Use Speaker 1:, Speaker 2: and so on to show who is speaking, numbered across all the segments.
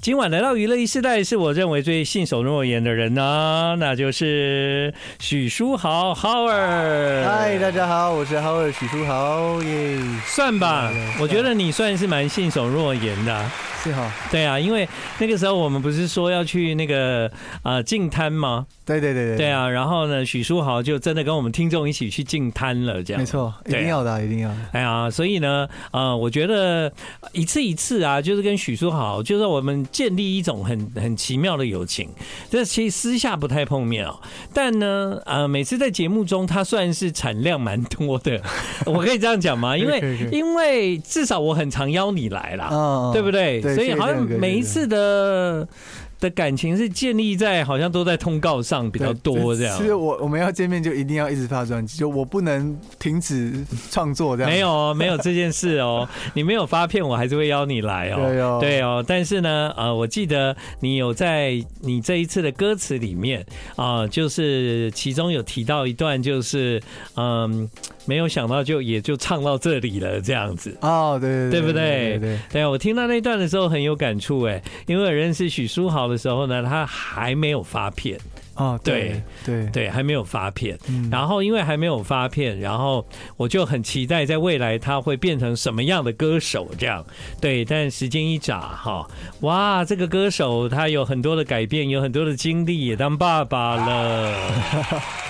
Speaker 1: 今晚来到娱乐一世代，是我认为最信守诺言的人呢、那就是许书豪 Howard。
Speaker 2: 嗨，大家好，我是哈尔许书豪耶，
Speaker 1: 算吧，我觉得你算是蛮信守诺言的啊、
Speaker 2: 是哈，
Speaker 1: 对啊，因为那个时候我们不是说要去那个啊净滩吗？
Speaker 2: 对对对对
Speaker 1: 对，啊，然后呢，许书豪就真的跟我们听众一起去净滩了，这样
Speaker 2: 没。错，一
Speaker 1: 对啊
Speaker 2: 定要的啊，一定要的，
Speaker 1: 哎呀，所以呢，呃，我觉得一次一次啊，就是跟许书豪，就是我们建立一种很很奇妙的友情。这其实私下不太碰面哦，但呢，呃，每次在节目中，他算是产量蛮多 的，我可以这样讲吗？因
Speaker 2: 可
Speaker 1: 为
Speaker 2: 以可以
Speaker 1: 因为至少我很常邀你来啦，
Speaker 2: 嗯
Speaker 1: 对不
Speaker 2: 对？
Speaker 1: 对？所以
Speaker 2: 这个
Speaker 1: 好像
Speaker 2: 这个
Speaker 1: 每一次的的感情是建立在好像都在通告上比较多这样
Speaker 2: 其。实我我们要见面就一定要一直发专辑，就我不能停止创作这样。
Speaker 1: 没有哦，没有这件事哦，你没有发片，我还是会邀你来哦。
Speaker 2: 对哦
Speaker 1: 对哦，但是呢，呃，我记得你有在你这一次的歌词里面啊、就是其中有提到一段，就是嗯，没有想到就也就唱到这里了这样子。
Speaker 2: 哦，对
Speaker 1: 对
Speaker 2: 对
Speaker 1: 不对
Speaker 2: 对对，
Speaker 1: 对啊，我听到那段的时候很有感触哎，因为我认识许书豪的时候呢，他还没有发片，
Speaker 2: 哦对对对，
Speaker 1: 对，还没有发片。
Speaker 2: 嗯
Speaker 1: 然后因为还没有发片，然后我就很期待在未来他会变成什么样的歌手这样。对，但时间一眨哈，哇，这个歌手他有很多的改变，有很多的经历，也当爸爸 了，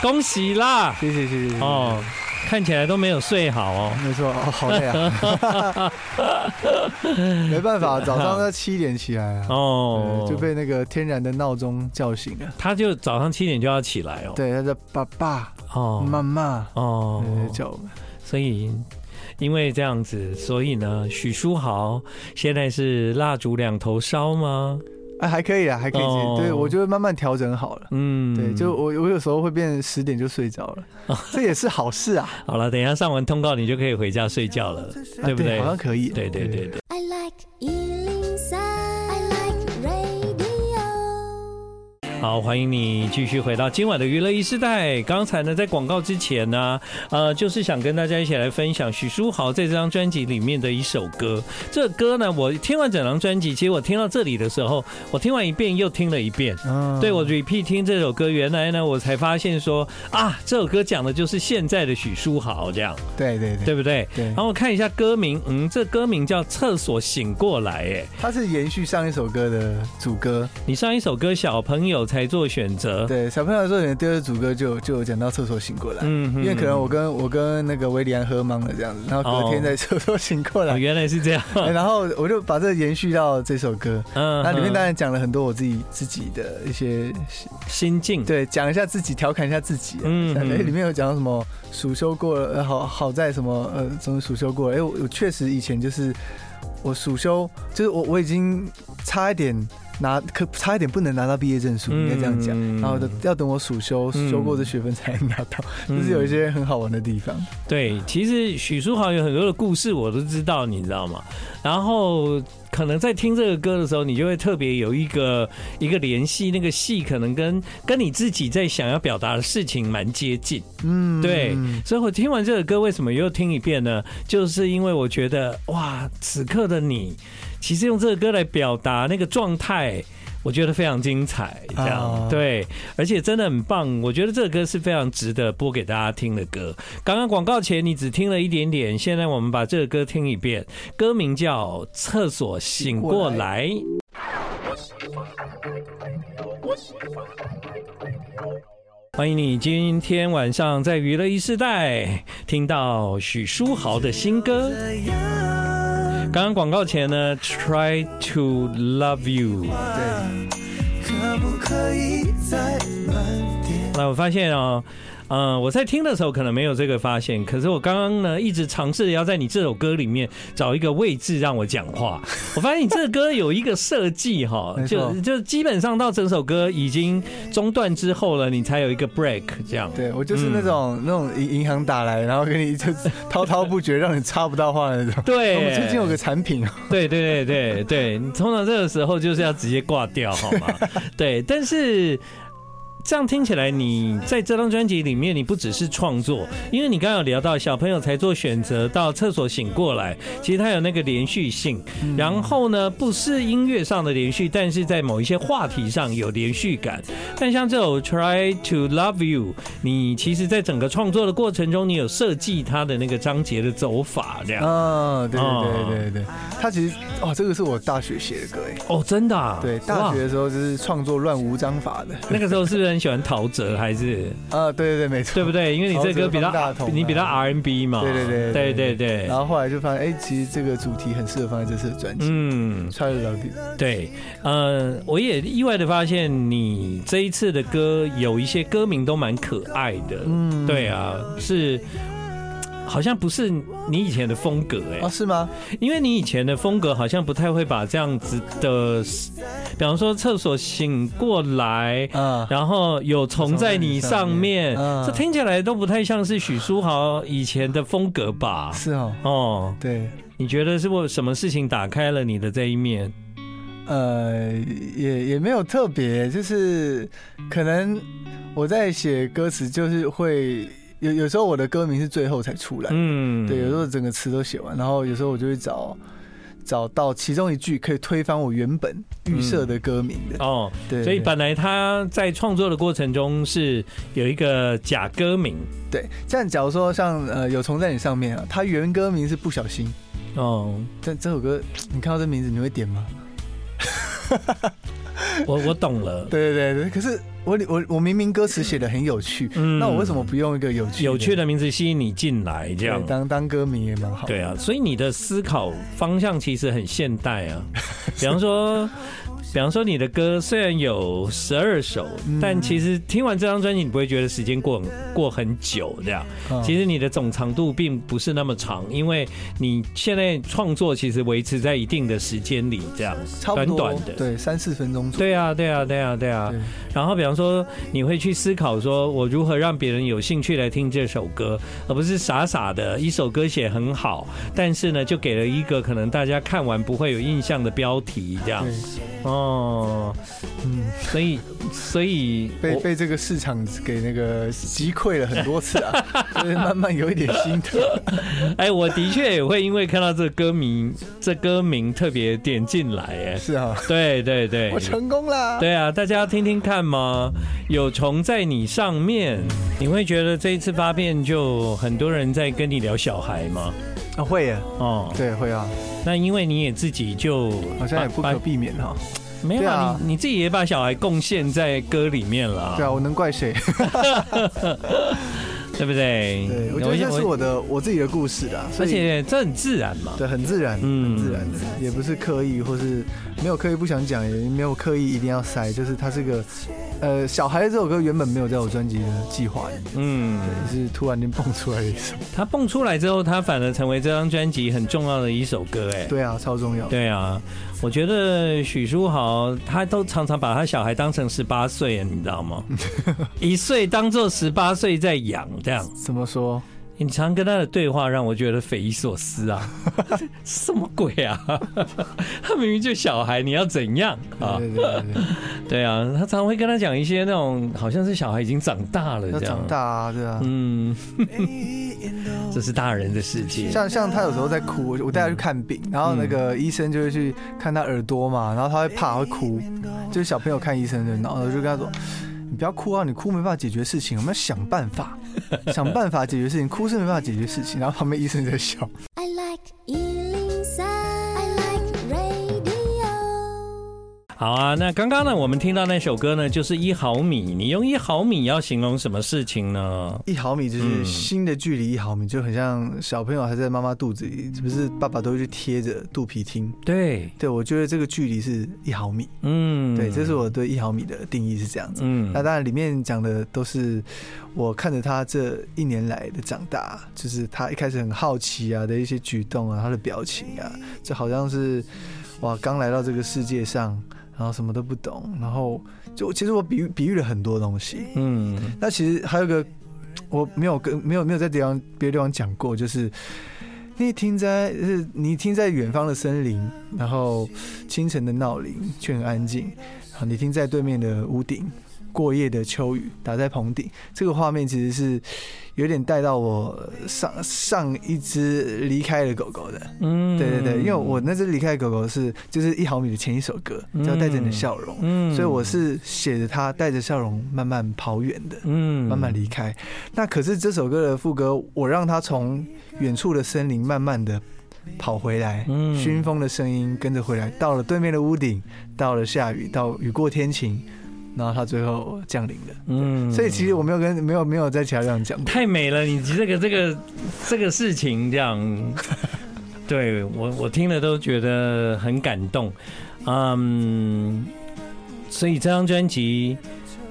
Speaker 1: 恭喜啦！
Speaker 2: 谢谢谢谢哦，
Speaker 1: 哦，看起来都没有睡好哦。
Speaker 2: 没错，哦好累啊，没办法，早上要七点起来啊。
Speaker 1: 哦
Speaker 2: 对，就被那个天然的闹钟叫醒了。
Speaker 1: 他就早上七点就要起来哦。
Speaker 2: 对，他的爸爸、妈
Speaker 1: 哦
Speaker 2: 妈，
Speaker 1: 哦，
Speaker 2: 对叫我们。
Speaker 1: 所以因为这样子，所以呢，许书豪现在是蜡烛两头烧吗？
Speaker 2: 哎，还可以啊，还可以接
Speaker 1: 哦。
Speaker 2: 对，我觉得慢慢调整好了。
Speaker 1: 嗯，
Speaker 2: 对，就我我有时候会变十点就睡着 了，这也是好事啊，
Speaker 1: 好了。等一下上完通告，你就可以回家睡觉了，对不对？
Speaker 2: 好像可以。啊
Speaker 1: 对对对对。
Speaker 3: I like Ealing Sound. I like radio.
Speaker 1: 好，欢迎你继续回到今晚的娱乐一时代。刚才呢，在广告之前呢、呃，就是想跟大家一起来分享许书豪在这张专辑里面的一首歌。这个歌呢，我听完整张专辑，其实我听到这里的时候，我听完一遍又听了一遍。
Speaker 2: 嗯
Speaker 1: 对我 repeat 听这首歌，原来呢，我才发现说啊，这首歌讲的就是现在的许书豪这样，
Speaker 2: 对对对，
Speaker 1: 对不对？
Speaker 2: 对
Speaker 1: 然后我看一下歌名，嗯，这歌名叫《厕所醒过来》哎。
Speaker 2: 它是延续上一首歌的主歌。
Speaker 1: 你上一首歌《小朋友才做选择》，
Speaker 2: 对，小朋友说你的第二主歌就就有讲到厕所醒过来，
Speaker 1: 嗯嗯哼
Speaker 2: 因为可能我跟我跟那个维里安喝懵了这样子，然后隔天在厕所醒过
Speaker 1: 哦，
Speaker 2: 来，
Speaker 1: 原来是这样。
Speaker 2: 哎然后我就把这延续到这首歌。
Speaker 1: 嗯
Speaker 2: 那里面
Speaker 1: 哼
Speaker 2: 当然讲了很多我自己自己的一些，
Speaker 1: 心境，
Speaker 2: 对，讲一下自己，调侃一下自己、啊。
Speaker 1: 嗯
Speaker 2: 嗯，哎、
Speaker 1: 嗯
Speaker 2: 里面有讲到什么暑修过了，呃、好好在什么呃，怎么暑修过了？哎、我我确实以前就是我暑修，就是我我已经差一点拿，可差一点不能拿到毕业证书，应该这样讲。
Speaker 1: 嗯
Speaker 2: 然后要等我暑修，
Speaker 1: 嗯
Speaker 2: 修过这学分才能拿到，
Speaker 1: 嗯
Speaker 2: 就是有一些很好玩的地方。
Speaker 1: 对，其实许书豪有很多的故事我都知道，你知道吗？然后可能在听这个歌的时候，你就会特别有一个一个联系，那个戏可能跟跟你自己在想要表达的事情蛮接近。
Speaker 2: 嗯，
Speaker 1: 对，所以我听完这个歌，为什么又听一遍呢？就是因为我觉得，哇，此刻的你，其实用这个歌来表达那个状态。我觉得非常精彩，这样、
Speaker 2: 啊
Speaker 1: 对，而且真的很棒。我觉得这个歌是非常值得播给大家听的歌。刚刚广告前你只听了一点点，现在我们把这个歌听一遍，歌名叫《厕所醒过来》。欢迎你今天晚上在娱乐一世代听到许书豪的新歌。刚刚广告前呢，Try to Love You。
Speaker 2: 对，
Speaker 4: 可不可以再慢点？
Speaker 1: 那我发现哦，嗯、我在听的时候可能没有这个发现，可是我刚刚呢一直尝试要在你这首歌里面找一个位置让我讲 话。我发现你这个歌有一个设计哈，
Speaker 2: 没错
Speaker 1: 就就基本上到整首歌已经中断之后了，你才有一个 break 这样。
Speaker 2: 对我就是那种、
Speaker 1: 嗯
Speaker 2: 那种银银行打来，然后给你就滔滔不绝，让你插不到话的那种。
Speaker 1: 对，
Speaker 2: 哎我们最近有个 产品哦，
Speaker 1: 对对对 对对，你通常这个时候就是要直接挂掉，好吗？对，但是这样听起来，你在这张专辑里面，你不只是创作，因为你刚刚有聊到小朋友才做选择，到厕所醒过来，其实它有那个连续性。然后呢，不是音乐上的连续，但是在某一些话题上有连续感。但像这首《Try to Love You》，你其实在整个创作的过程中，你有设计它的那个章节的走法，这样。
Speaker 2: 啊，对对
Speaker 1: 哦
Speaker 2: 对对对，他其实哦，这个是我大学写的歌哎，
Speaker 1: 哦，真的、啊？
Speaker 2: 对，大
Speaker 1: 哇
Speaker 2: 学的时候就是创作乱无章法的，
Speaker 1: 那个时候是不是很喜欢陶喆？还是
Speaker 2: 啊，对对对，没错，
Speaker 1: 对不对？因为你这歌比较
Speaker 2: 陶喆方大同啊
Speaker 1: 你比较 R N B 嘛。
Speaker 2: 对对对
Speaker 1: 对对对
Speaker 2: 然后后来就发现，哎，其实这个主题很适合放在这次的专辑《
Speaker 1: 嗯，
Speaker 2: Try to Love You》。
Speaker 1: 对，呃，我也意外的发现你这一次的歌有一些歌名都蛮可爱的，嗯，对啊，是好像不是你以前的风格哎、
Speaker 2: 哦，是吗？
Speaker 1: 因为你以前的风格好像不太会把这样子的，比方说厕所醒过来，
Speaker 2: 啊，
Speaker 1: 然后有虫在你上面，
Speaker 2: 嗯
Speaker 1: 这听起来都不太像是许书豪以前的风格吧？
Speaker 2: 是哦，
Speaker 1: 哦，
Speaker 2: 对，
Speaker 1: 你觉得是不什么事情打开了你的这一面？
Speaker 2: 呃，也也没有特别，就是可能我在写歌词，就是会有有时候我的歌名是最后才出来，
Speaker 1: 嗯，
Speaker 2: 对，有时候整个词都写完，然后有时候我就会找找到其中一句可以推翻我原本预设的歌名的，
Speaker 1: 哦，
Speaker 2: 对，
Speaker 1: 所以
Speaker 2: 对
Speaker 1: 本来他在创作的过程中是有一个假歌名
Speaker 2: 对，这样假如说像呃有虫在你上面啊，它原歌名是不小心，
Speaker 1: 哦，
Speaker 2: 但这首歌你看到这名字你会点吗？
Speaker 1: 我我懂了，
Speaker 2: 对对对，可是我我我明明歌词写的很有趣，
Speaker 1: 嗯
Speaker 2: 那我为什么不用一个有趣
Speaker 1: 有趣
Speaker 2: 的
Speaker 1: 的名字吸引你进来这样
Speaker 2: 对？当当歌名也蛮好？
Speaker 1: 对啊，所以你的思考方向其实很现代 啊。比方说，比方说你的歌虽然有十二首，
Speaker 2: 嗯
Speaker 1: 但其实听完这张专辑，你不会觉得时间过很过很久这样。
Speaker 2: 嗯，
Speaker 1: 其实你的总长度并不是那么长，因为你现在创作其实维持在一定的时间里，这样
Speaker 2: 差不多
Speaker 1: 短短的
Speaker 2: 对三四分钟左右。
Speaker 1: 对啊，对啊，对啊，对啊
Speaker 2: 对。
Speaker 1: 然后，比方说，你会去思考说，我如何让别人有兴趣来听这首歌，而不是傻傻的一首歌写很好，但是呢，就给了一个可能大家看完不会有印象的标题，这样
Speaker 2: 对。，
Speaker 1: 哦，
Speaker 2: 嗯，
Speaker 1: 所以，所以
Speaker 2: 被
Speaker 1: 我
Speaker 2: 被这个市场给那个击溃了很多次 啊，就是慢慢有一点心疼。
Speaker 1: 哎，我的确也会因为看到这歌名，这歌名特别点进来，哎，
Speaker 2: 是啊，
Speaker 1: 对对对
Speaker 2: 我，成功啦。
Speaker 1: 哎 对啊，大家要听听看吗？有虫在你上面，你会觉得这一次发片就很多人在跟你聊小孩吗？
Speaker 2: 啊，会耶，
Speaker 1: 哦，
Speaker 2: 对，会啊，
Speaker 1: 那因为你也自己就
Speaker 2: 好像也不
Speaker 1: 把
Speaker 2: 可避免哈。
Speaker 1: 把没有
Speaker 2: 对
Speaker 1: 啊，
Speaker 2: 啊
Speaker 1: 你你自己也把小孩贡献在歌里面了啊，
Speaker 2: 对啊，我能怪 谁？
Speaker 1: 对不对？
Speaker 2: 啊对，我觉得这是
Speaker 1: 我，
Speaker 2: 我的我自己的故事啦，所
Speaker 1: 而
Speaker 2: 以
Speaker 1: 且这很自然嘛。
Speaker 2: 对，很自然，
Speaker 1: 嗯
Speaker 2: 很自然的，也不是刻意，或是没有刻意不想讲，也没有刻意一定要塞，就是它是个，呃，小孩这首歌原本没有在我专辑的计划里面，
Speaker 1: 嗯，
Speaker 2: 也是突然间蹦出来的一首。
Speaker 1: 他蹦出来之后，他反而成为这张专辑很重要的一首歌，哎。
Speaker 2: 对啊，超重要。
Speaker 1: 对啊，我觉得许书豪他都常常把他小孩当成十八岁，你知道 吗？一岁当做十八岁在养，这样。
Speaker 2: 怎么说？
Speaker 1: 你常跟他的对话让我觉得匪夷所思 啊，什么鬼啊？ 他明明就小孩，你要怎样啊？
Speaker 2: 对对对对对，
Speaker 1: 对啊，他常会跟他讲一些那种好像是小孩已经长大了
Speaker 2: 要
Speaker 1: 这样
Speaker 2: 长。大啊，对啊。
Speaker 1: 嗯， 这是大人的世界。
Speaker 2: 像像他有时候在哭，我我带他去看病，然后那个医生就会去看他耳朵嘛，然后他会怕会哭，就是小朋友看医生的，然后我就跟他说：“你不要哭啊，你哭没办法解决事情，我们要想办 法，想办法解决事情，哭是没办法解决事情。”然后旁边医生在笑，
Speaker 3: I like Ealing Sound. I like radio.
Speaker 1: 好啊，那刚刚呢，我们听到那首歌呢，就是一毫米。你用一毫米要形容什么事情呢？
Speaker 2: 一毫米就是新的距离一毫米，就很像小朋友还在妈妈肚子里，是不是爸爸都会去贴着肚皮听？
Speaker 1: 对，
Speaker 2: 对，我觉得这个距离是一毫米，
Speaker 1: 嗯，
Speaker 2: 对，这是我对一毫米的定义是这样子。
Speaker 1: 嗯
Speaker 2: 那当然，里面讲的都是我看着他这一年来的长大，就是他一开始很好奇啊的一些举动啊，他的表情啊，这好像是哇刚来到这个世界上，然后什么都不懂，然后就其实我比喻比喻了很多东西。
Speaker 1: 嗯
Speaker 2: 那其实还有一个我没有跟没有没有在地方别的地方讲过，就是你听在是你听在远方的森林，然后清晨的闹铃却很安静，好，你听在对面的屋顶，过夜的秋雨打在棚顶，这个画面其实是有点带到我上上一只离开的狗狗的。
Speaker 1: 嗯
Speaker 2: 对对对，因为我那只离开的狗狗是就是一毫米的前一首歌，叫《带着你的笑容》，
Speaker 1: 嗯
Speaker 2: 所以我是写着它带着笑容慢慢跑远的。
Speaker 1: 嗯
Speaker 2: 慢慢离开。那可是这首歌的副歌，我让它从远处的森林慢慢的跑回来，
Speaker 1: 嗯
Speaker 2: 熏风的声音跟着回来，到了对面的屋顶，到了下雨，到雨过天晴，然后它最后降临了。
Speaker 1: 嗯
Speaker 2: 所以其实我没有跟没有没有在其他地方讲过。
Speaker 1: 太美了，你这个这个这个事情这样，对我我听了都觉得很感动，嗯，所以这张专辑。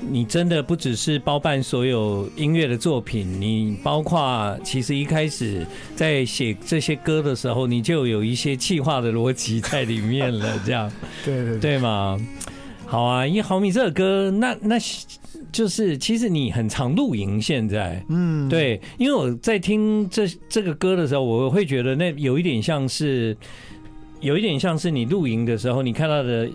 Speaker 1: 你真的不只是包办所有音乐的作品，你包括其实一开始在写这些歌的时候，你就有一些气化的逻辑在里面了，这样。
Speaker 2: 对对 对，
Speaker 1: 对嘛？好啊，一毫米这首歌，那那就是其实你很常露营现在。
Speaker 2: 嗯，
Speaker 1: 对，因为我在听这这个歌的时候，我会觉得那有一点像是，有一点像是你露营的时候你看到的，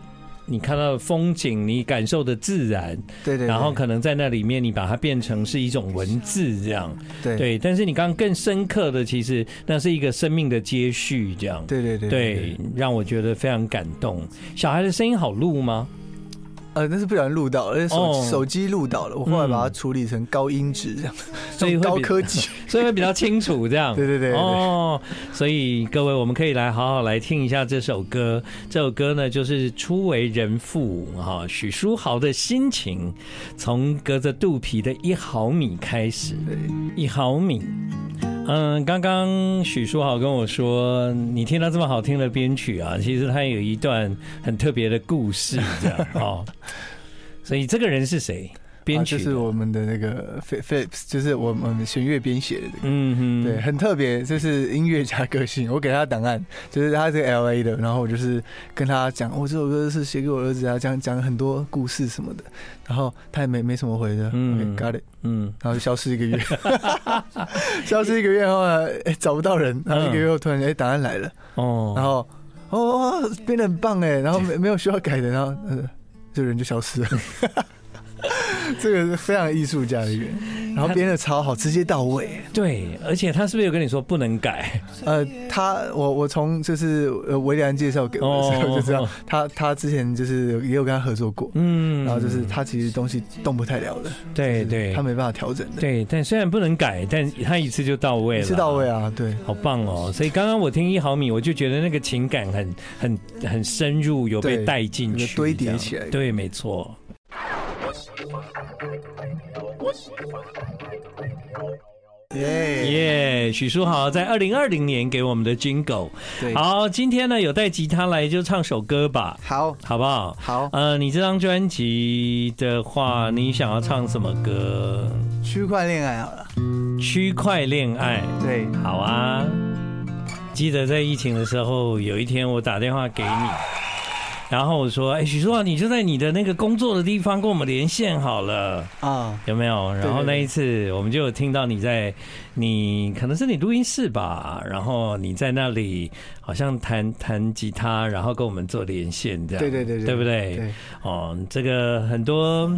Speaker 1: 你看到的风景，你感受的自然，
Speaker 2: 对对对，
Speaker 1: 然后可能在那里面你把它变成是一种文字这样。
Speaker 2: 对对
Speaker 1: 对，但是你刚刚更深刻的，其实那是一个生命的接续这样。
Speaker 2: 对对对
Speaker 1: 对，让我觉得非常感动。小孩的声音好录吗？
Speaker 2: 呃，那是不小心录到，而且手、
Speaker 1: 哦嗯
Speaker 2: 手机录到了，我后来把它处理成高音质这 样，
Speaker 1: 所以会比
Speaker 2: 高科技，
Speaker 1: 所以会比较清楚这样。
Speaker 2: 对对对对
Speaker 1: 哦，所以各位，我们可以来好好来听一下这首歌。这首歌呢，就是《初为人父》哈，许书豪的心情，从隔着肚皮的一毫米开始，
Speaker 2: 对
Speaker 1: 一毫米。嗯，刚刚许书豪跟我说，你听到这么好听的编曲啊，其实他有一段很特别的故事，这样 哦。所以这个人是谁？编曲
Speaker 2: 啊、
Speaker 1: 的、
Speaker 2: 就是我们的那个 Phil- Philips，就是我们弦乐编写的这个。
Speaker 1: 嗯哼，
Speaker 2: 对，很特别，这是音乐家个性。我给他档案，就是他是 L A 的，然后我就是跟他讲，我、这首歌是写给我儿子啊，讲讲很多故事什么的，然后他也没没什么回的，
Speaker 1: 嗯
Speaker 2: 嗯，got it，
Speaker 1: 嗯。
Speaker 2: 然后就消失一个月，消失一个月后呢，哎、找不到人，然后一个月后突然哎档、案来了，
Speaker 1: 哦，
Speaker 2: 然后哦哦编的很棒哎，然后没没有需要改的，然后呃这人就消失了。这个是非常艺术家的一个人，然后编的超好，直接到位。
Speaker 1: 对，而且他是不是有跟你说不能 改？
Speaker 2: 呃，他我我从就是呃维里安介绍给我的时候
Speaker 1: 哦
Speaker 2: 就知道，他他之前就是也有跟他合作过，
Speaker 1: 嗯
Speaker 2: 然后就是他其实东西动不太了的，
Speaker 1: 对对
Speaker 2: 他没办法调整的，
Speaker 1: 对，但虽然不能改，但他一次就到位
Speaker 2: 一
Speaker 1: 了，
Speaker 2: 次到位，啊，对
Speaker 1: 好棒哦！所以刚刚我听一毫米，我就觉得那个情感很很很深入，有被
Speaker 2: 对
Speaker 1: 带进去，
Speaker 2: 有堆叠
Speaker 1: 这样
Speaker 2: 起来
Speaker 1: 对，没错。
Speaker 2: 耶，
Speaker 1: 耶，许书豪在二零二零年给我们的 Jingle。
Speaker 2: 对，
Speaker 1: 好，今天呢有带吉他来就唱首歌吧，
Speaker 2: 好
Speaker 1: 好不好？
Speaker 2: 好，
Speaker 1: 呃，你这张专辑的话，你想要唱什么歌？
Speaker 2: 区块恋爱好了，
Speaker 1: 区块恋爱。
Speaker 2: 对，
Speaker 1: 好啊，记得在疫情的时候，有一天我打电话给你，然后我说：“哎、许叔啊，你就在你的那个工作的地方跟我们连线好了，
Speaker 2: 啊，
Speaker 1: 有没有？”然后
Speaker 2: 对对
Speaker 1: 那一次我们就有听到你在你可能是你录音室吧，然后你在那里好像弹弹吉他，然后跟我们做连线这样，
Speaker 2: 对对对对
Speaker 1: 对不对？
Speaker 2: 对
Speaker 1: 哦，这个很多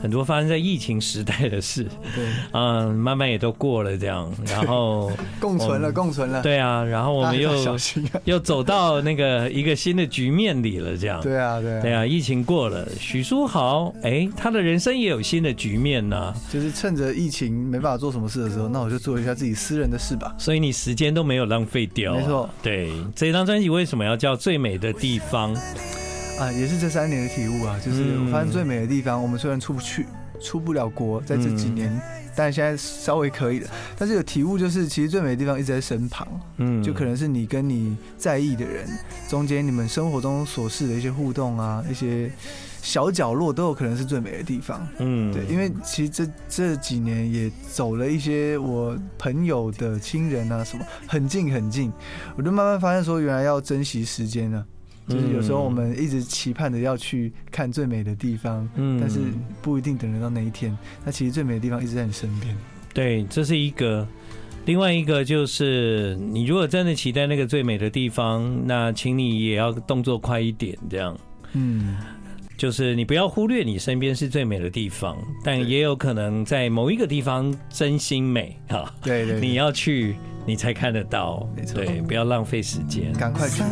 Speaker 1: 很多发生在疫情时代的事，
Speaker 2: 对，
Speaker 1: 嗯，慢慢也都过了这样，然后。
Speaker 2: 共存
Speaker 1: 我
Speaker 2: 了，共存 了，
Speaker 1: 对啊，然后我
Speaker 2: 大
Speaker 1: 们
Speaker 2: 家
Speaker 1: 又
Speaker 2: 要小心啊，
Speaker 1: 又走到那个一个新的局面里了，这样。
Speaker 2: 对啊，对啊，
Speaker 1: 对啊，疫情过了，许书豪，哎，他的人生也有新的局面呢、
Speaker 2: 就是趁着疫情没办法做什么事的时候，那我就做一下自己私人的事吧。
Speaker 1: 所以你时间都没有浪费掉、啊
Speaker 2: 没错，
Speaker 1: 对，这张专辑为什么要叫《最美的地方》？
Speaker 2: 啊，也是这三年的体悟啊，就是
Speaker 1: 嗯
Speaker 2: 我发现最美的地方，我们虽然出不去，出不了国，在这
Speaker 1: 嗯
Speaker 2: 几年，但现在稍微可以了。但是有体悟就是，其实最美的地方一直在身旁，
Speaker 1: 嗯，
Speaker 2: 就可能是你跟你在意的人中间，你们生活中琐事的一些互动啊，一些小角落都有可能是最美的地方。
Speaker 1: 嗯，
Speaker 2: 对，因为其实这这几年也走了一些我朋友的亲人啊，什么很近很近，我就慢慢发现说，原来要珍惜时间啊。
Speaker 1: 嗯
Speaker 2: 就是有时候我们一直期盼着要去看最美的地方，
Speaker 1: 嗯
Speaker 2: 但是不一定等得到那一天。那其实最美的地方一直在你身边。
Speaker 1: 对，这是一个。另外一个就是，你如果真的期待那个最美的地方，那请你也要动作快一点，这样。
Speaker 2: 嗯，
Speaker 1: 就是你不要忽略你身边是最美的地方，但也有可能在某一个地方真心美哈。
Speaker 2: 对对对
Speaker 1: 你要去你才看得到，
Speaker 2: 没错
Speaker 1: 对，不要浪费时间。
Speaker 2: 赶快去！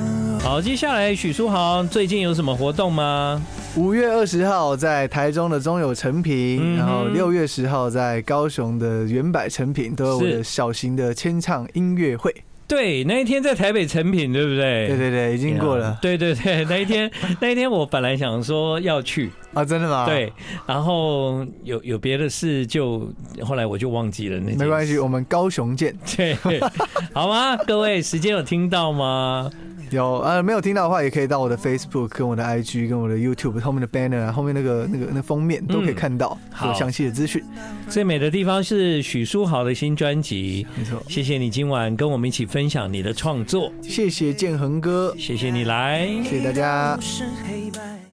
Speaker 1: 好，接下来许书豪最近有什么活动吗？
Speaker 2: 五月二十号在台中的中友成品，
Speaker 1: 嗯哼
Speaker 2: 然后六月十号在高雄的原百成品，都有我
Speaker 1: 是
Speaker 2: 的小型的签唱音乐会。
Speaker 1: 对，那一天在台北成品，对不对？
Speaker 2: 对对对，已经过了
Speaker 1: 对对对， 那一天那一天我本来想说要去，
Speaker 2: 啊，真的吗？，
Speaker 1: 对，然后有有别的事就，后来我就忘记了那。
Speaker 2: 没关系，，我们高雄见。
Speaker 1: 对，好吗？各位，时间有听到吗？
Speaker 2: 有呃没有听到的话，也可以到我的 Facebook、跟我的 IG、跟我的 YouTube 后面的 banner 啊，后面那个那个那封面都可以看到
Speaker 1: 嗯好
Speaker 2: 有详细的资讯。
Speaker 1: 嗯最美的地方是许书豪的新专辑，
Speaker 2: 没错，
Speaker 1: 谢谢你今晚跟我们一起分享你的创作，
Speaker 2: 谢谢建恒哥，
Speaker 1: 谢谢你来。
Speaker 2: 谢谢大家
Speaker 4: 不。是黑白，